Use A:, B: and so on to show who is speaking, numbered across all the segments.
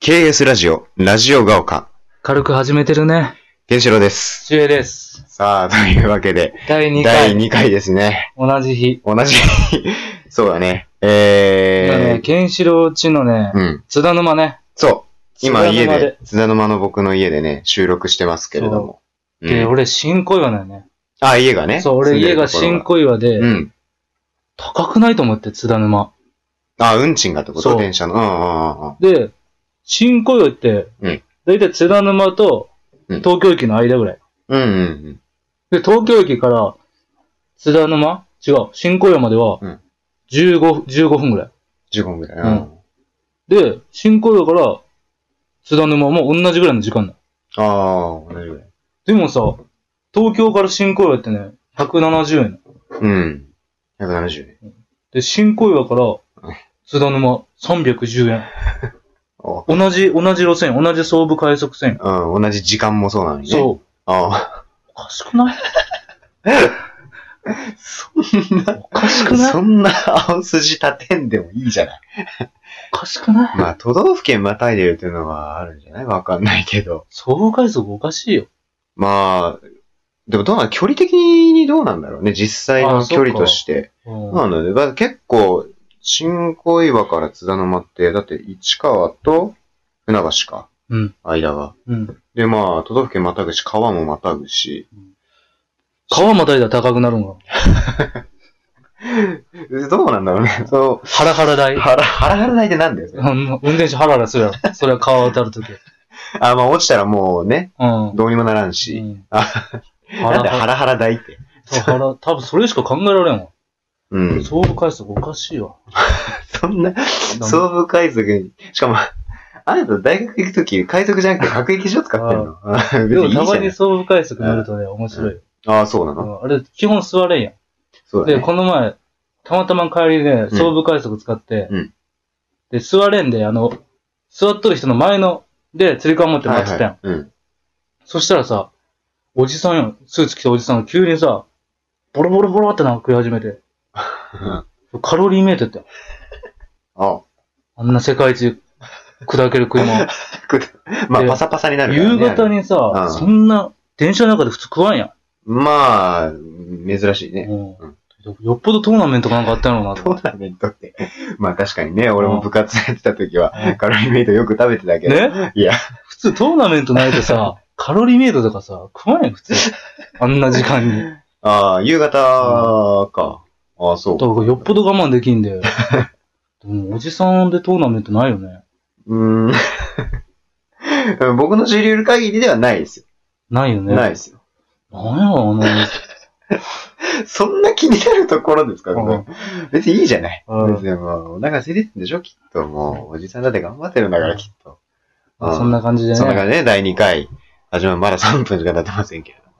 A: KS ラジオ、ラジオが丘、
B: 軽く始めてるね。
A: ケンシロウです。
B: 主演です。
A: さあ、 というわけで、
B: 第2
A: 第
B: 回、
A: 2回ですね。
B: 同じ日。
A: 同じ、 そうだね。
B: 今ね
A: えー、
B: ケンシロウちのね、
A: うん。
B: 津田沼ね、
A: そう。今
B: 津田
A: 家
B: 沼で
A: で、津田沼の僕の家でね、収録してますけれども。う
B: で、
A: ん、
B: 俺、新小岩だよね。
A: あ、家がね。
B: そう、俺、家が
A: 住んで
B: 新
A: るとこ
B: 小岩で、
A: ろがうん。
B: 高くないと思って、津田沼。
A: あ、運賃がってこと
B: そう
A: 電車の。うんうんうんうん。
B: で、新小岩って、
A: うん
B: だいたい津田沼と
A: うん
B: 東京駅の間ぐらい。
A: うんうんうん。
B: で、東京駅から津田沼違う、新小岩までは
A: うん
B: 15、15分ぐらい。
A: 15分ぐらい。
B: うんで、新小岩から津田沼も同じぐらいの時間だ。
A: ああ、同じぐらい。
B: でもさ、東京から新小岩ってね、170円。
A: うん。170円。
B: で、新小岩か
A: うん
B: ら津田沼310円。
A: お
B: 同じ、同じ路線、同じ総武快速線。
A: うん、同じ時間もそうなのにね。う。
B: そ
A: あ
B: う。おかしくない
A: あ。そんな
B: おかしくない
A: そんな青筋立てんでもいいじゃ ない。
B: おかしくない、
A: まあ、都道府県またいでるっていうのはあるんじゃないわかんないけど。
B: 総武快速おかしいよ。
A: まあ、でもどうなん、距離的にどうなんだろうね、実際
B: あ
A: の
B: そ
A: 距
B: うか
A: 離として。
B: うん
A: まあ、なんだよだから結構、新小岩から津田沼って、だって市川と船橋か、
B: うん。
A: 間が。
B: うん。
A: で、まあ、都道府県またぐし、川もまたぐし、
B: 川またいだ高くなるんが。
A: えどうなんだろうね。そ
B: ハラハラ代
A: う、。腹、腹腹ないでなんだよ、それ
B: うん運転手ハラハラするやろ。それは川渡るとき。うん。
A: あ、まあ、落ちたらもうね、
B: うん
A: どうにもならんし。あ、
B: ハ
A: なん
B: ラ
A: で
B: ハ
A: ハ
B: ラ。
A: ラハラ大って。
B: そうハラ、多分それしか考えられんわ。
A: うん。
B: 総武快速おかしいわ。
A: そんな、総武海賊に、しかも、あなた大学行くとき、海賊じゃなくて各駅所使ってんの
B: で
A: 別にい
B: も
A: いじ
B: た
A: ゃ
B: ま
A: な
B: に
A: い
B: 総武快速乗るとね、面白いよ。
A: ああ、そうな
B: う
A: の
B: んあれ、基本座れんやん。
A: そうだ
B: で、
A: ね。
B: この前、たまたま帰りで、
A: うん
B: 総武快速使って、
A: うん
B: で、座れんで、あの、座っとる人の前の、で、釣り革持って
A: は
B: 待
A: い
B: ってたやん。
A: はいうん。
B: そしたらさ、おじさんよ、スーツ着たおじさんが急にさ、ボロボロボロってなんか食い始 めて、カロリーメイトってよ、
A: あ
B: あんな世界一砕ける食い 物。
A: まあ、
B: で
A: パサパサになるからね。
B: 夕方
A: に。
B: にさ、
A: うん
B: そんな、電車の中で普通食わんやん。
A: まあ、珍しいね。
B: うんよっぽどトーナメントかなんかあったんやろうなと
A: ト
B: 思っ
A: ーナメントって。まあ確かにね、俺も部活やってた時
B: う
A: は
B: ん、
A: カロリーメイトよく食べてた
B: て。
A: けど。
B: ね
A: いや、
B: 普通トーナメントないと さ、カロリーメイトとかさ、食わんやん、普通。あんな時間に。
A: ああ、夕方か。ああ、そう
B: だからよっぽど我慢できんで。でもおじさんでトーナメントないよね。
A: うーん。 僕の知り得る限りではないですよ。
B: ないよね。
A: ないですよ。
B: なんやろ、あの
A: そんな気になるところですか、これ
B: うん
A: 別にいいじゃない。
B: うん
A: 別にもう、お腹空いてるんでしょきっと。もう、おじさんだって頑張ってるんだから、きっと。う
B: そんな感じでね。
A: そんな感じで、第2回。始まるまだ3分しか経ってませんけれども。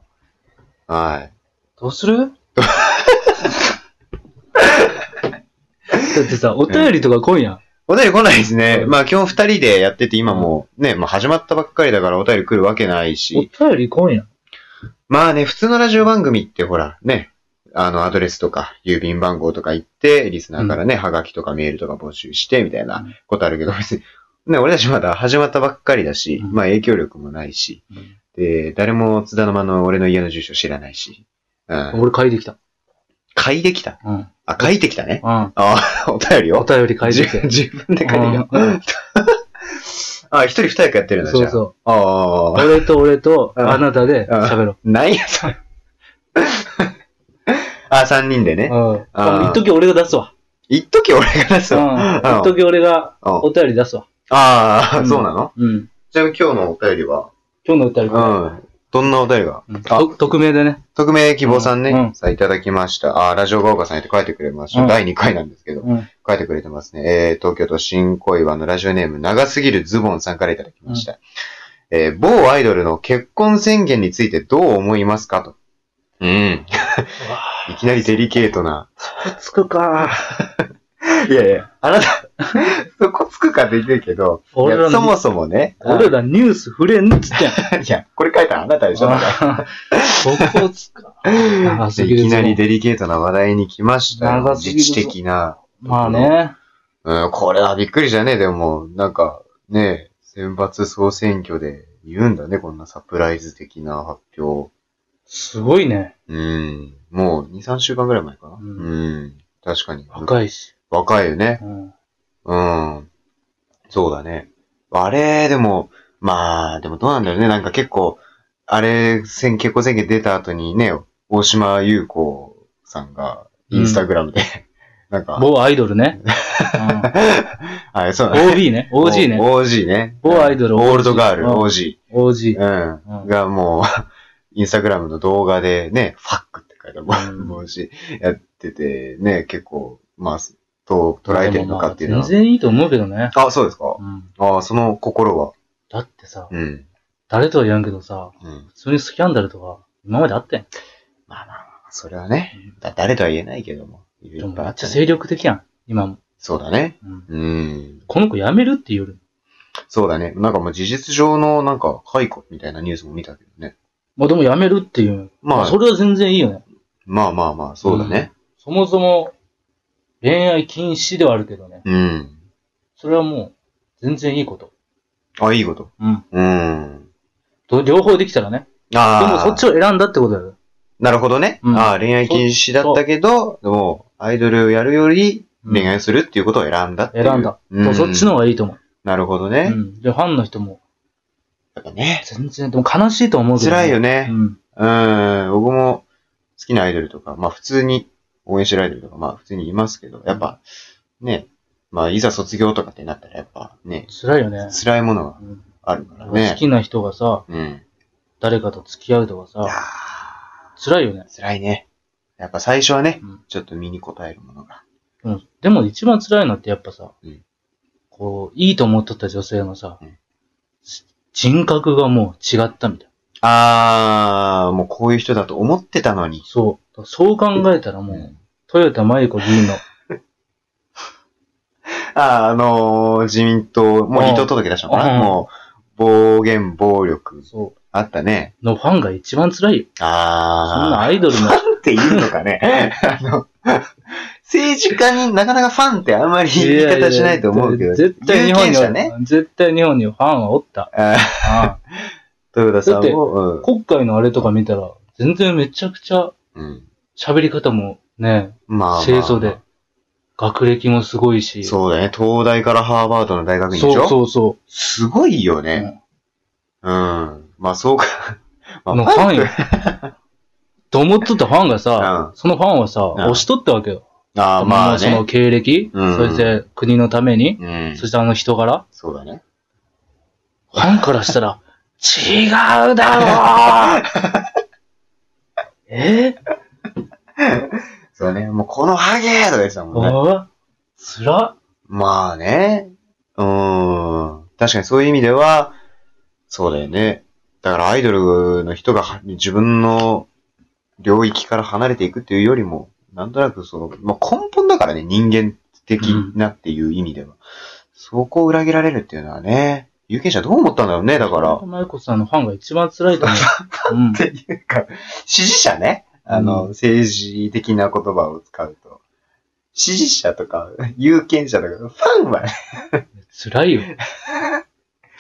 A: はい。
B: どうするだ ってさ、お便りとか来いやん。
A: お便り来ないですね。
B: うん
A: まあ、基本2人でやってて、今もう、ね、まあ、始まったばっかりだからお便り来るわけないし。
B: お便り来いやん。
A: まあね、普通のラジオ番組ってほら、ね、あの、アドレスとか、郵便番号とか言って、リスナーからね、ハガキとかメールとか募集して、みたいなことあるけど、別に、ね、俺たちまだ始まったばっかりだし、
B: うん
A: まあ影響力もないし、で、誰も津田の間の俺の家の住所知らないし、うん。
B: 俺書いてきた。
A: 書いてきた
B: うん。うん。
A: あ、書いてきたね。あ、お便り
B: お
A: を
B: 便り書いて
A: 自
B: きて。
A: 自分で書いてき
B: う
A: た
B: ん。
A: あ、一人二役やってるんだ、じ
B: そ
A: ゃ
B: うそう。
A: あ。ああ。
B: 俺と俺と
A: うん
B: あなたで喋ろ
A: なんや、 それ。あ、三人で
B: う。
A: ね。
B: うん。
A: あー
B: 一時俺が出すわ。
A: 一時俺が出す
B: うん。
A: わ。
B: 一時俺が
A: あ
B: お便り出すわ。
A: あ
B: う
A: ー、
B: ん
A: そうなの
B: うん。
A: ちなみに今日のお便りは、
B: 今日のお便り
A: う
B: か
A: ん。どんなお便りが
B: うん
A: あ
B: と匿名でね。
A: 匿名希望さんね、
B: うん
A: さあいただきました。あーラジオが丘さんって書いてくれました。
B: うん
A: 第2回なんですけど、
B: うん。
A: 書いてくれてますね。えー、東京都新小岩のラジオネーム、長すぎるズボンさんからいただきました。えー、某アイドルの結婚宣言についてどう思いますかと。うん。 いきなりデリケートな。
B: つくか。
A: いやいや、あなた、 そこつくかできるけど、い
B: 俺
A: や
B: ら
A: そ
B: の、
A: もそもね、
B: 俺らニュース触れんっつって ん。
A: いや、これ書いたのあなたでしょだから
B: あーそこつか。長す
A: い
B: ぎる
A: き
B: ぞ
A: なりデリケートな話題に来ましたよ。
B: 長すぎ
A: 自
B: るぞ
A: 治的な。
B: まあね。
A: うん、これはびっくりじゃねえ。でも、なんか、ねえ、選抜総選挙で言うんだね、こんなサプライズ的な発表。
B: すごいね。
A: うん。もう2、3週間ぐらい前かな。う
B: うんん。
A: 確かに。い。
B: 若いし。
A: 若いよね。
B: うん。
A: うん。そうだね。あれ、でも、まあ、でもどうなんだろうね。なんか結構、あれ、選結婚選挙出た後にね、大島優子さんが、インスタグラムで、なんか、
B: 某アイドル ね。
A: あれ、そう
B: うん
A: だね。
B: OB ね。OG ね。
A: OG ね。
B: 某アイドル
A: オールドガール、
B: うん
A: OG。
B: OG。
A: う。
B: うんん
A: がもう、インスタグラムの動画でね、ファックって書いた
B: うん
A: 帽子やってて、ね、結構、まあ、と捉えてるのかっていうの
B: ま
A: は
B: あ。全然いいと思うけどね。
A: あ、そうですか。
B: うん。
A: ああ、その心は。
B: だってさ、
A: うん。
B: 誰とは言わんけどさ、
A: うん。
B: 普通にスキャンダルとか、今まであったやん。
A: まあまあまあ、それはね、だ誰とは言えないけども。い
B: で
A: ろ
B: も
A: いろ
B: め
A: あ
B: っち
A: た
B: ゃ
A: ね
B: 精力的やん。今も。
A: そうだね。
B: うん。
A: うん。
B: この子辞めるって言うより
A: そうだね。なんかもう事実上のなんか解雇みたいなニュースも見たけどね。
B: まあでも辞めるっていう。
A: まあ
B: それは全然いいよね。
A: まあまあまあ、そうだね。
B: そもそも、恋愛禁止ではあるけどね。
A: うん。
B: それはもう、全然いいこと。
A: あ、いいこと。
B: うん。
A: うん。
B: と両方できたらね。で
A: ああ。
B: もそっちを選んだってことだよ。
A: なるほどね。
B: うん
A: ああ、恋愛禁止だったけど、でも、アイドルをやるより、恋愛するっていうことを選んだっていう。
B: 選んだ。
A: う
B: そっちの方がいいと思う。
A: なるほど
B: う
A: ね。
B: ん。で、ファンの人も、
A: やっぱね。
B: 全然、でも悲しいと思うけど、
A: 辛いよ
B: う
A: ね。
B: ん。
A: うん。僕も好きなアイドルとか、まあ普通に、応援してるアイドルとか、まあ普通にいますけど、やっぱ、ね、まあいざ卒業とかってなったら、やっぱね、
B: 辛いよね。
A: 辛いものが
B: うん
A: あるから
B: 好
A: ね。
B: きな人がさ、
A: うん。
B: 誰かと付き合うと
A: い
B: か
A: や
B: さ、辛いよね。
A: ー辛いね。やっぱ最初はね
B: うん、
A: ちょっと身に応えるものが。
B: うん。でも一番辛いのってやっぱさ、
A: うん
B: こう、いいと思っとった女性のさ、
A: うん
B: し人格がもう違ったみたいな。
A: あー、もうこういう人だと思ってたのに。
B: そう。そう考えたらもう、豊田真由子議 員の、
A: あ、あのー自民党、もう
B: うん
A: 離党届出したのか
B: う
A: な、
B: ん
A: もう、暴言、暴力、
B: そ
A: あったね。
B: う、のファンが一番辛いよ。そんな
A: あ
B: アイ ドルの、
A: ー。ファンって言うのか ね。あの、政治家になかなかファンってあんまり言い方しないと思うけど、
B: いやいや絶対日本
A: 有権
B: に
A: 者
B: は、
A: ね。
B: 絶対日本にはファンはおった。
A: あー
B: あ
A: 豊田さん
B: だって
A: も、う
B: あ
A: ん
B: 国会のあれとか見たら、全然めちゃくちゃ
A: うん。
B: 喋り方もね、
A: まあまあ。
B: 清楚で。、学歴もすごいし、
A: そうだね。東大からハーバードの大学院でしょ
B: そうそうそう
A: すごいよ
B: う
A: ね。
B: ん
A: うん。まあそうか。まあ
B: のファンよ。と思っとったファンがさ、
A: う
B: そのファンはさ、
A: ん
B: 押しとったわけよ。
A: ああ、まあ
B: その
A: ね。
B: 経歴、
A: うん
B: そして国のために、
A: うん。
B: そしてあの人柄、
A: そうだね。
B: ファンからしたら、違う だろうえ
A: そうだね。もうこのハゲーとか言ってたもんね。
B: あつら
A: まあね。うーん。確かにそういう意味では、そうだよね。だからアイドルの人がは自分の領域から離れていくっていうよりも、なんとなくその、まあ、根本だからね、人間的なっていう意味では。そこを裏切られるっていうのはね、有権者どう思ったんだろうね、だから。
B: マイコさんのファンが一番辛いと思 う。うん
A: っていうか、支持者ね。あの、
B: うん
A: 政治的な言葉を使うと。支持者とか、有権者とか、ファンはね。
B: 辛いよ。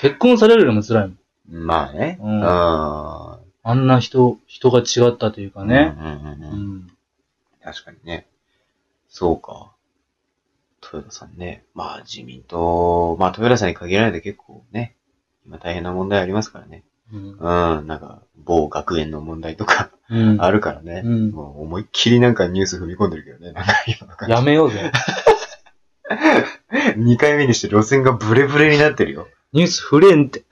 B: 結婚されるよりも辛いもん。
A: まあね。
B: う
A: うんん。
B: あんな人、人が違ったというかね。
A: うんうん
B: う
A: うんうん。
B: ん。
A: 確かにね。そうか。豊田さんね。まあ自民党、まあ豊田さんに限られて結構ね、今大変な問題ありますからね。
B: うん
A: うん、なんか、某学園の問題とか
B: うん。
A: あるからね。
B: うん
A: もう思いっきりなんかニュース踏み込んでるけどね。なんか今の感じ
B: やめようぜ。
A: 2回目にして路線がブレブレになってるよ。
B: ニュース触れんって。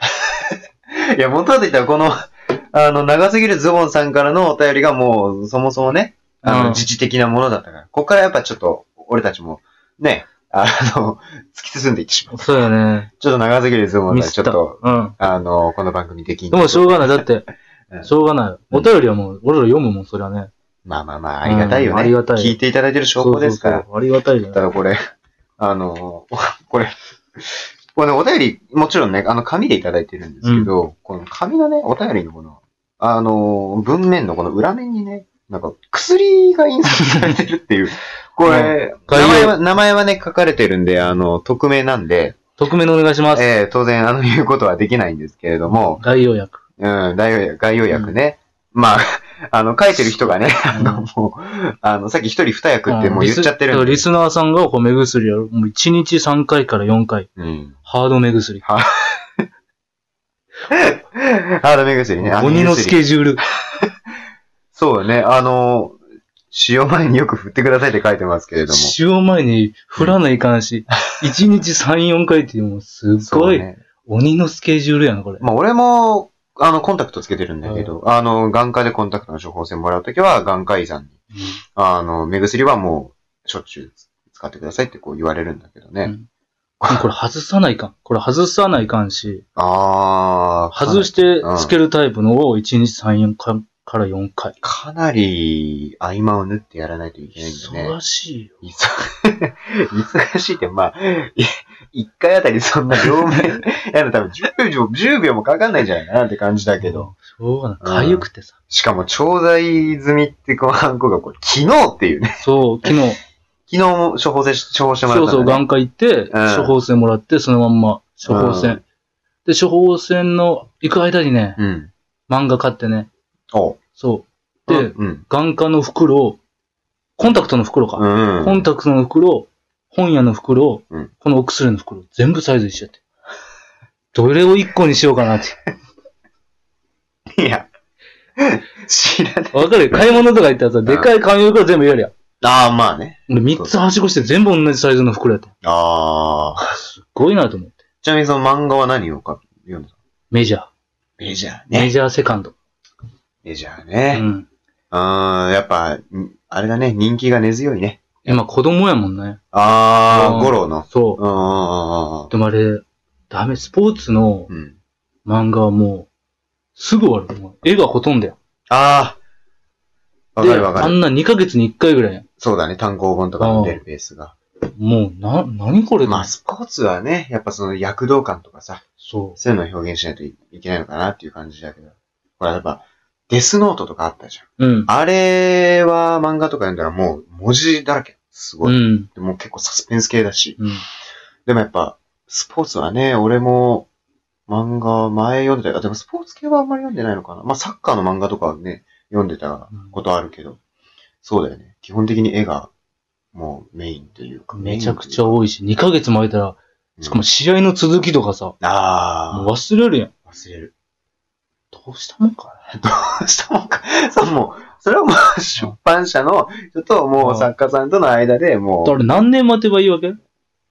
A: いや、元はといったらこの、 あの、長すぎるズボンさんからのお便りがもう、そもそもね、あの、
B: うん
A: 自治的なものだったから、ここからやっぱちょっと、俺たちも、ね、あの、 突き進んでいってしまう。
B: そうだね。
A: ちょっと長すぎるズボン
B: ミ
A: さん、
B: ス
A: ちょ
B: っ。
A: ったと、
B: うん。
A: あの、この番組的に。
B: でもしょうがない。だって
A: うん、
B: しょうがない。お便りはもう、俺ら読むもん、それはね。
A: まあまあまあ、ありがたいよね。
B: うんありがたい
A: 聞いていただいてる証
B: そう
A: 拠
B: そ
A: で
B: う
A: す
B: そ
A: から
B: う。。ありがたいよ
A: た
B: ね。
A: だこれ、 あの、これ、これね、お便り、もちろんね、あの、紙でいただいてるんですけど、この紙のね、お便りのこの、あの、文面のこの裏面にね、なんか、薬が印刷され てるっていう、これ、
B: うん
A: 名前は、名前はね、書かれてるんで、あの、匿名なんで、
B: 匿名のお願いします。
A: えー当然、あの、言うことはできないんですけれども、
B: 概要約。
A: うん、概要約概要約ね。まあ、あの、書いてる人がね、あの、もう、あの、さっき一人二役ってもう言っちゃってる
B: リス
A: んで
B: リ。スナーさんが褒め薬をもう1日3回から4回、
A: うん。
B: ハード目薬。
A: ハード目薬ね。あ
B: 鬼の
A: 目
B: ス
A: 薬
B: ケジュール。
A: そうね、あの、使用前によく振ってくださいって書いてますけれども。
B: 使用前に振らないかんし、1日3、4回っていうもうすっ
A: そ
B: ご
A: う
B: い
A: ね。
B: 鬼のスケジュールやな、これ。
A: まあ、俺も、あの、コンタクトつけてるんだけど、あの、眼科でコンタクトの処方箋もらうときは、眼科医さんに、あの、目薬はもう、しょっちゅう使ってくださいってこう言われるんだけどね。
B: うんこれ外さないかん。これ外さないかんし、
A: ああ、
B: 外してつけるタイプのを1日3、4回から4回。
A: かなり合間を縫ってやらないといけないんだね。
B: 忙しいよ。
A: 忙忙しいって、まあ、い一回あたりそんな両 面やる多分10秒、10秒もかかんないんじゃないかなって感じだけど。。
B: そうなの。
A: うん
B: かゆくてさ。
A: しかも、調剤済みってこのハンコがこう、昨日っていうね。
B: そう、昨日、
A: 昨日も処方箋、処方してもら
B: そ
A: っ
B: う
A: た
B: そ
A: ん
B: う、
A: だね。
B: 眼科行って、
A: ん
B: 処方箋もらって、そのまんま、処方箋。で、処方箋の行く間にね、
A: うん。
B: 漫画買ってね、
A: おう
B: そう。で、
A: うん。
B: 眼科の袋を、コンタクトの袋
A: う
B: か。
A: ん。うん
B: コンタクトの袋、本屋の袋
A: うん、
B: このお薬の袋、全部サイズ一緒やって。どれを一個にしようかなって。
A: いや、知らない。
B: わかる買い物とか行ったらさ、でかい紙袋全部やるやん。
A: ああ、まあね。
B: で、三つはしごして全部同じサイズの袋やった。す
A: ああ。
B: っごいなと思って。
A: ちなみにその漫画は何をか読んだ
B: メジャー。
A: メジャー
B: メ。ジャーセカンド。
A: メジャー
B: う
A: ね。
B: ん。
A: あー、やっぱ、んあれだね、人気が根強いね。
B: 今子供やもんね。
A: あ
B: う
A: ー、
B: ん
A: ゴロの。
B: そう。
A: うんうん
B: でもあれ、ダメ、スポーツの
A: うんうん。うん。
B: 漫画はもう、すぐ終わる。もう絵がほとんどや。
A: あー、わかるわ
B: で
A: か
B: あ
A: る。
B: んな2ヶ月に1回ぐらいやん。
A: そうだね、単行本とかの出るペースが。
B: もう、な、何これ
A: まあ、スポーツはね、やっぱその躍動感とかさ、
B: そ
A: そういうのを表現しないといけないのかなっていう感じだけど。ほら、やっぱ、デスノートとかあったじゃん。
B: う。うん。
A: あれは漫画とか読んだらもう文字だらけ。すご
B: う
A: い。
B: ん。
A: でも結構サスペンス系だし。
B: うん。
A: でもやっぱ、スポーツはね、俺も漫画前読んでたよ。あでもスポーツ系はあんまり読んでないのかな。まあサッカーの漫画とかはね、読んでたことあるけど、そうだよね。基本的に絵がもうメインというか。
B: めちゃくちゃ
A: 多
B: 多いし、2ヶ月も空いたら、
A: い
B: しかも試合の続きとかさ、も
A: あ
B: う忘れるやん。
A: あ、忘れる。
B: どうしたもんかね。
A: そうか。そう、もう、それはもう出版社の、ちょっともう作家さんとの間でも
B: あれ何年待てばいいわけ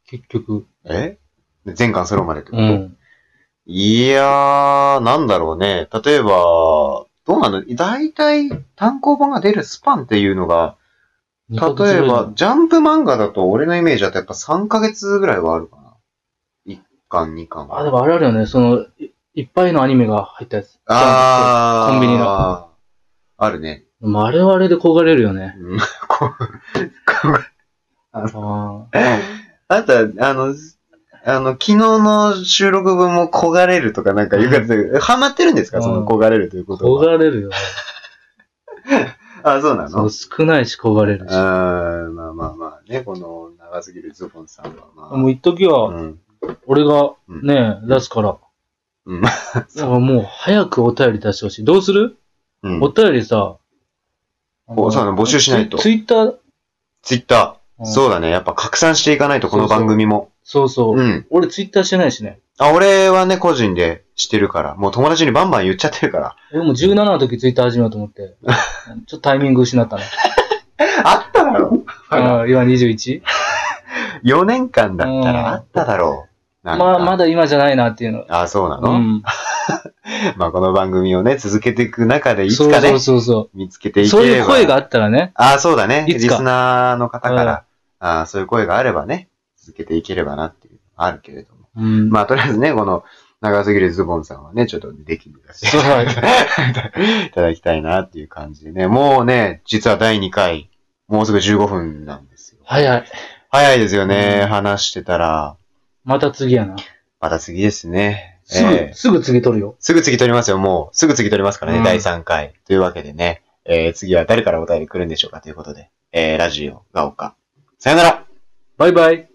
B: 結局。
A: う、え全巻揃うまでってこと、
B: うん。
A: いやー、なんだろうね。例えば、どうなの大体単行本が出るスパンっていうのが、
B: 二
A: 例
B: ヶ月ぐらい
A: え
B: だ
A: ば、、ジャンプ漫画だと俺のイメージだとやっぱ3ヶ月ぐらいはあるかな。1巻、2巻。
B: あ、でもあれあるよね、その、いいっぱいのアニメが入ったやつ。
A: あー
B: コンビニ
A: あるね。
B: まあ、あれはあれで焦がれるよね。
A: うんこう
B: あ
A: あ
B: あ。
A: とは、あの、あの、昨日の収録分も焦がれるとかなんか言うかったハマってるんですかその焦がれるということ
B: 焦
A: は。
B: がれるよね。
A: あ、そうな
B: そ
A: の
B: う、少ないし焦がれるし。
A: あーまあまあまあね、この長すぎるズボンさんはまあ。
B: もう一時は、
A: うん。
B: 俺が
A: うん
B: ね、出すから。
A: うん
B: だからもう早くお便り出してほしい。どうする
A: うん
B: お便りさ、
A: おそうだね募集しないと
B: ツイツイッター
A: ツイッター。
B: うん
A: そうだね。やっぱ拡散していかないと、この
B: そうそう
A: 番組も。
B: そうそう。
A: うん。
B: 俺ツイッターしてないしね。
A: あ、俺はね、個人でしてるから。もう友達にバンバン言っちゃってるから。
B: 俺も17の時ツイッター始めようと思って。うんちょっとタイミング失ったね。
A: あっただろ
B: ああ今 21?
A: !4 年間だった
B: うん
A: らあっただろう。なんか
B: まあ、まだ今じゃないなっていうの。
A: あ、そうな
B: う
A: の
B: ん。
A: まあ、この番組をね、続けていく中で、い
B: そ
A: つ
B: う
A: か
B: そ
A: ね
B: う、そうそ
A: 見つけて
B: う。
A: いけ
B: そう
A: れば。
B: いう声があったらね。
A: ああ、そうだね。
B: い
A: リ
B: つか
A: スナーの方から、あーそういう声があればね、続けていければなっていう、あるけれども。
B: うん。
A: まあ、とりあえずね、この、長すぎるズボンさんはね、ちょっと出禁に出して
B: そうだね
A: いただきたいなっていう感じでね。もうね、実は第2回、もうすぐ15分なんですよ。
B: 早い。
A: 早いですよね、
B: うん
A: 話してたら。
B: また次やな。
A: また次ですね。
B: す
A: え
B: ぐ、
A: ー
B: すぐ次取るよ。
A: すぐ次取りますよ、もう。すぐ次取りますからね、
B: うん
A: 第3回。というわけでね、えー次は誰からお便り来るんでしょうかということで、えーラジオ、が丘。さよなら
B: バイバイ。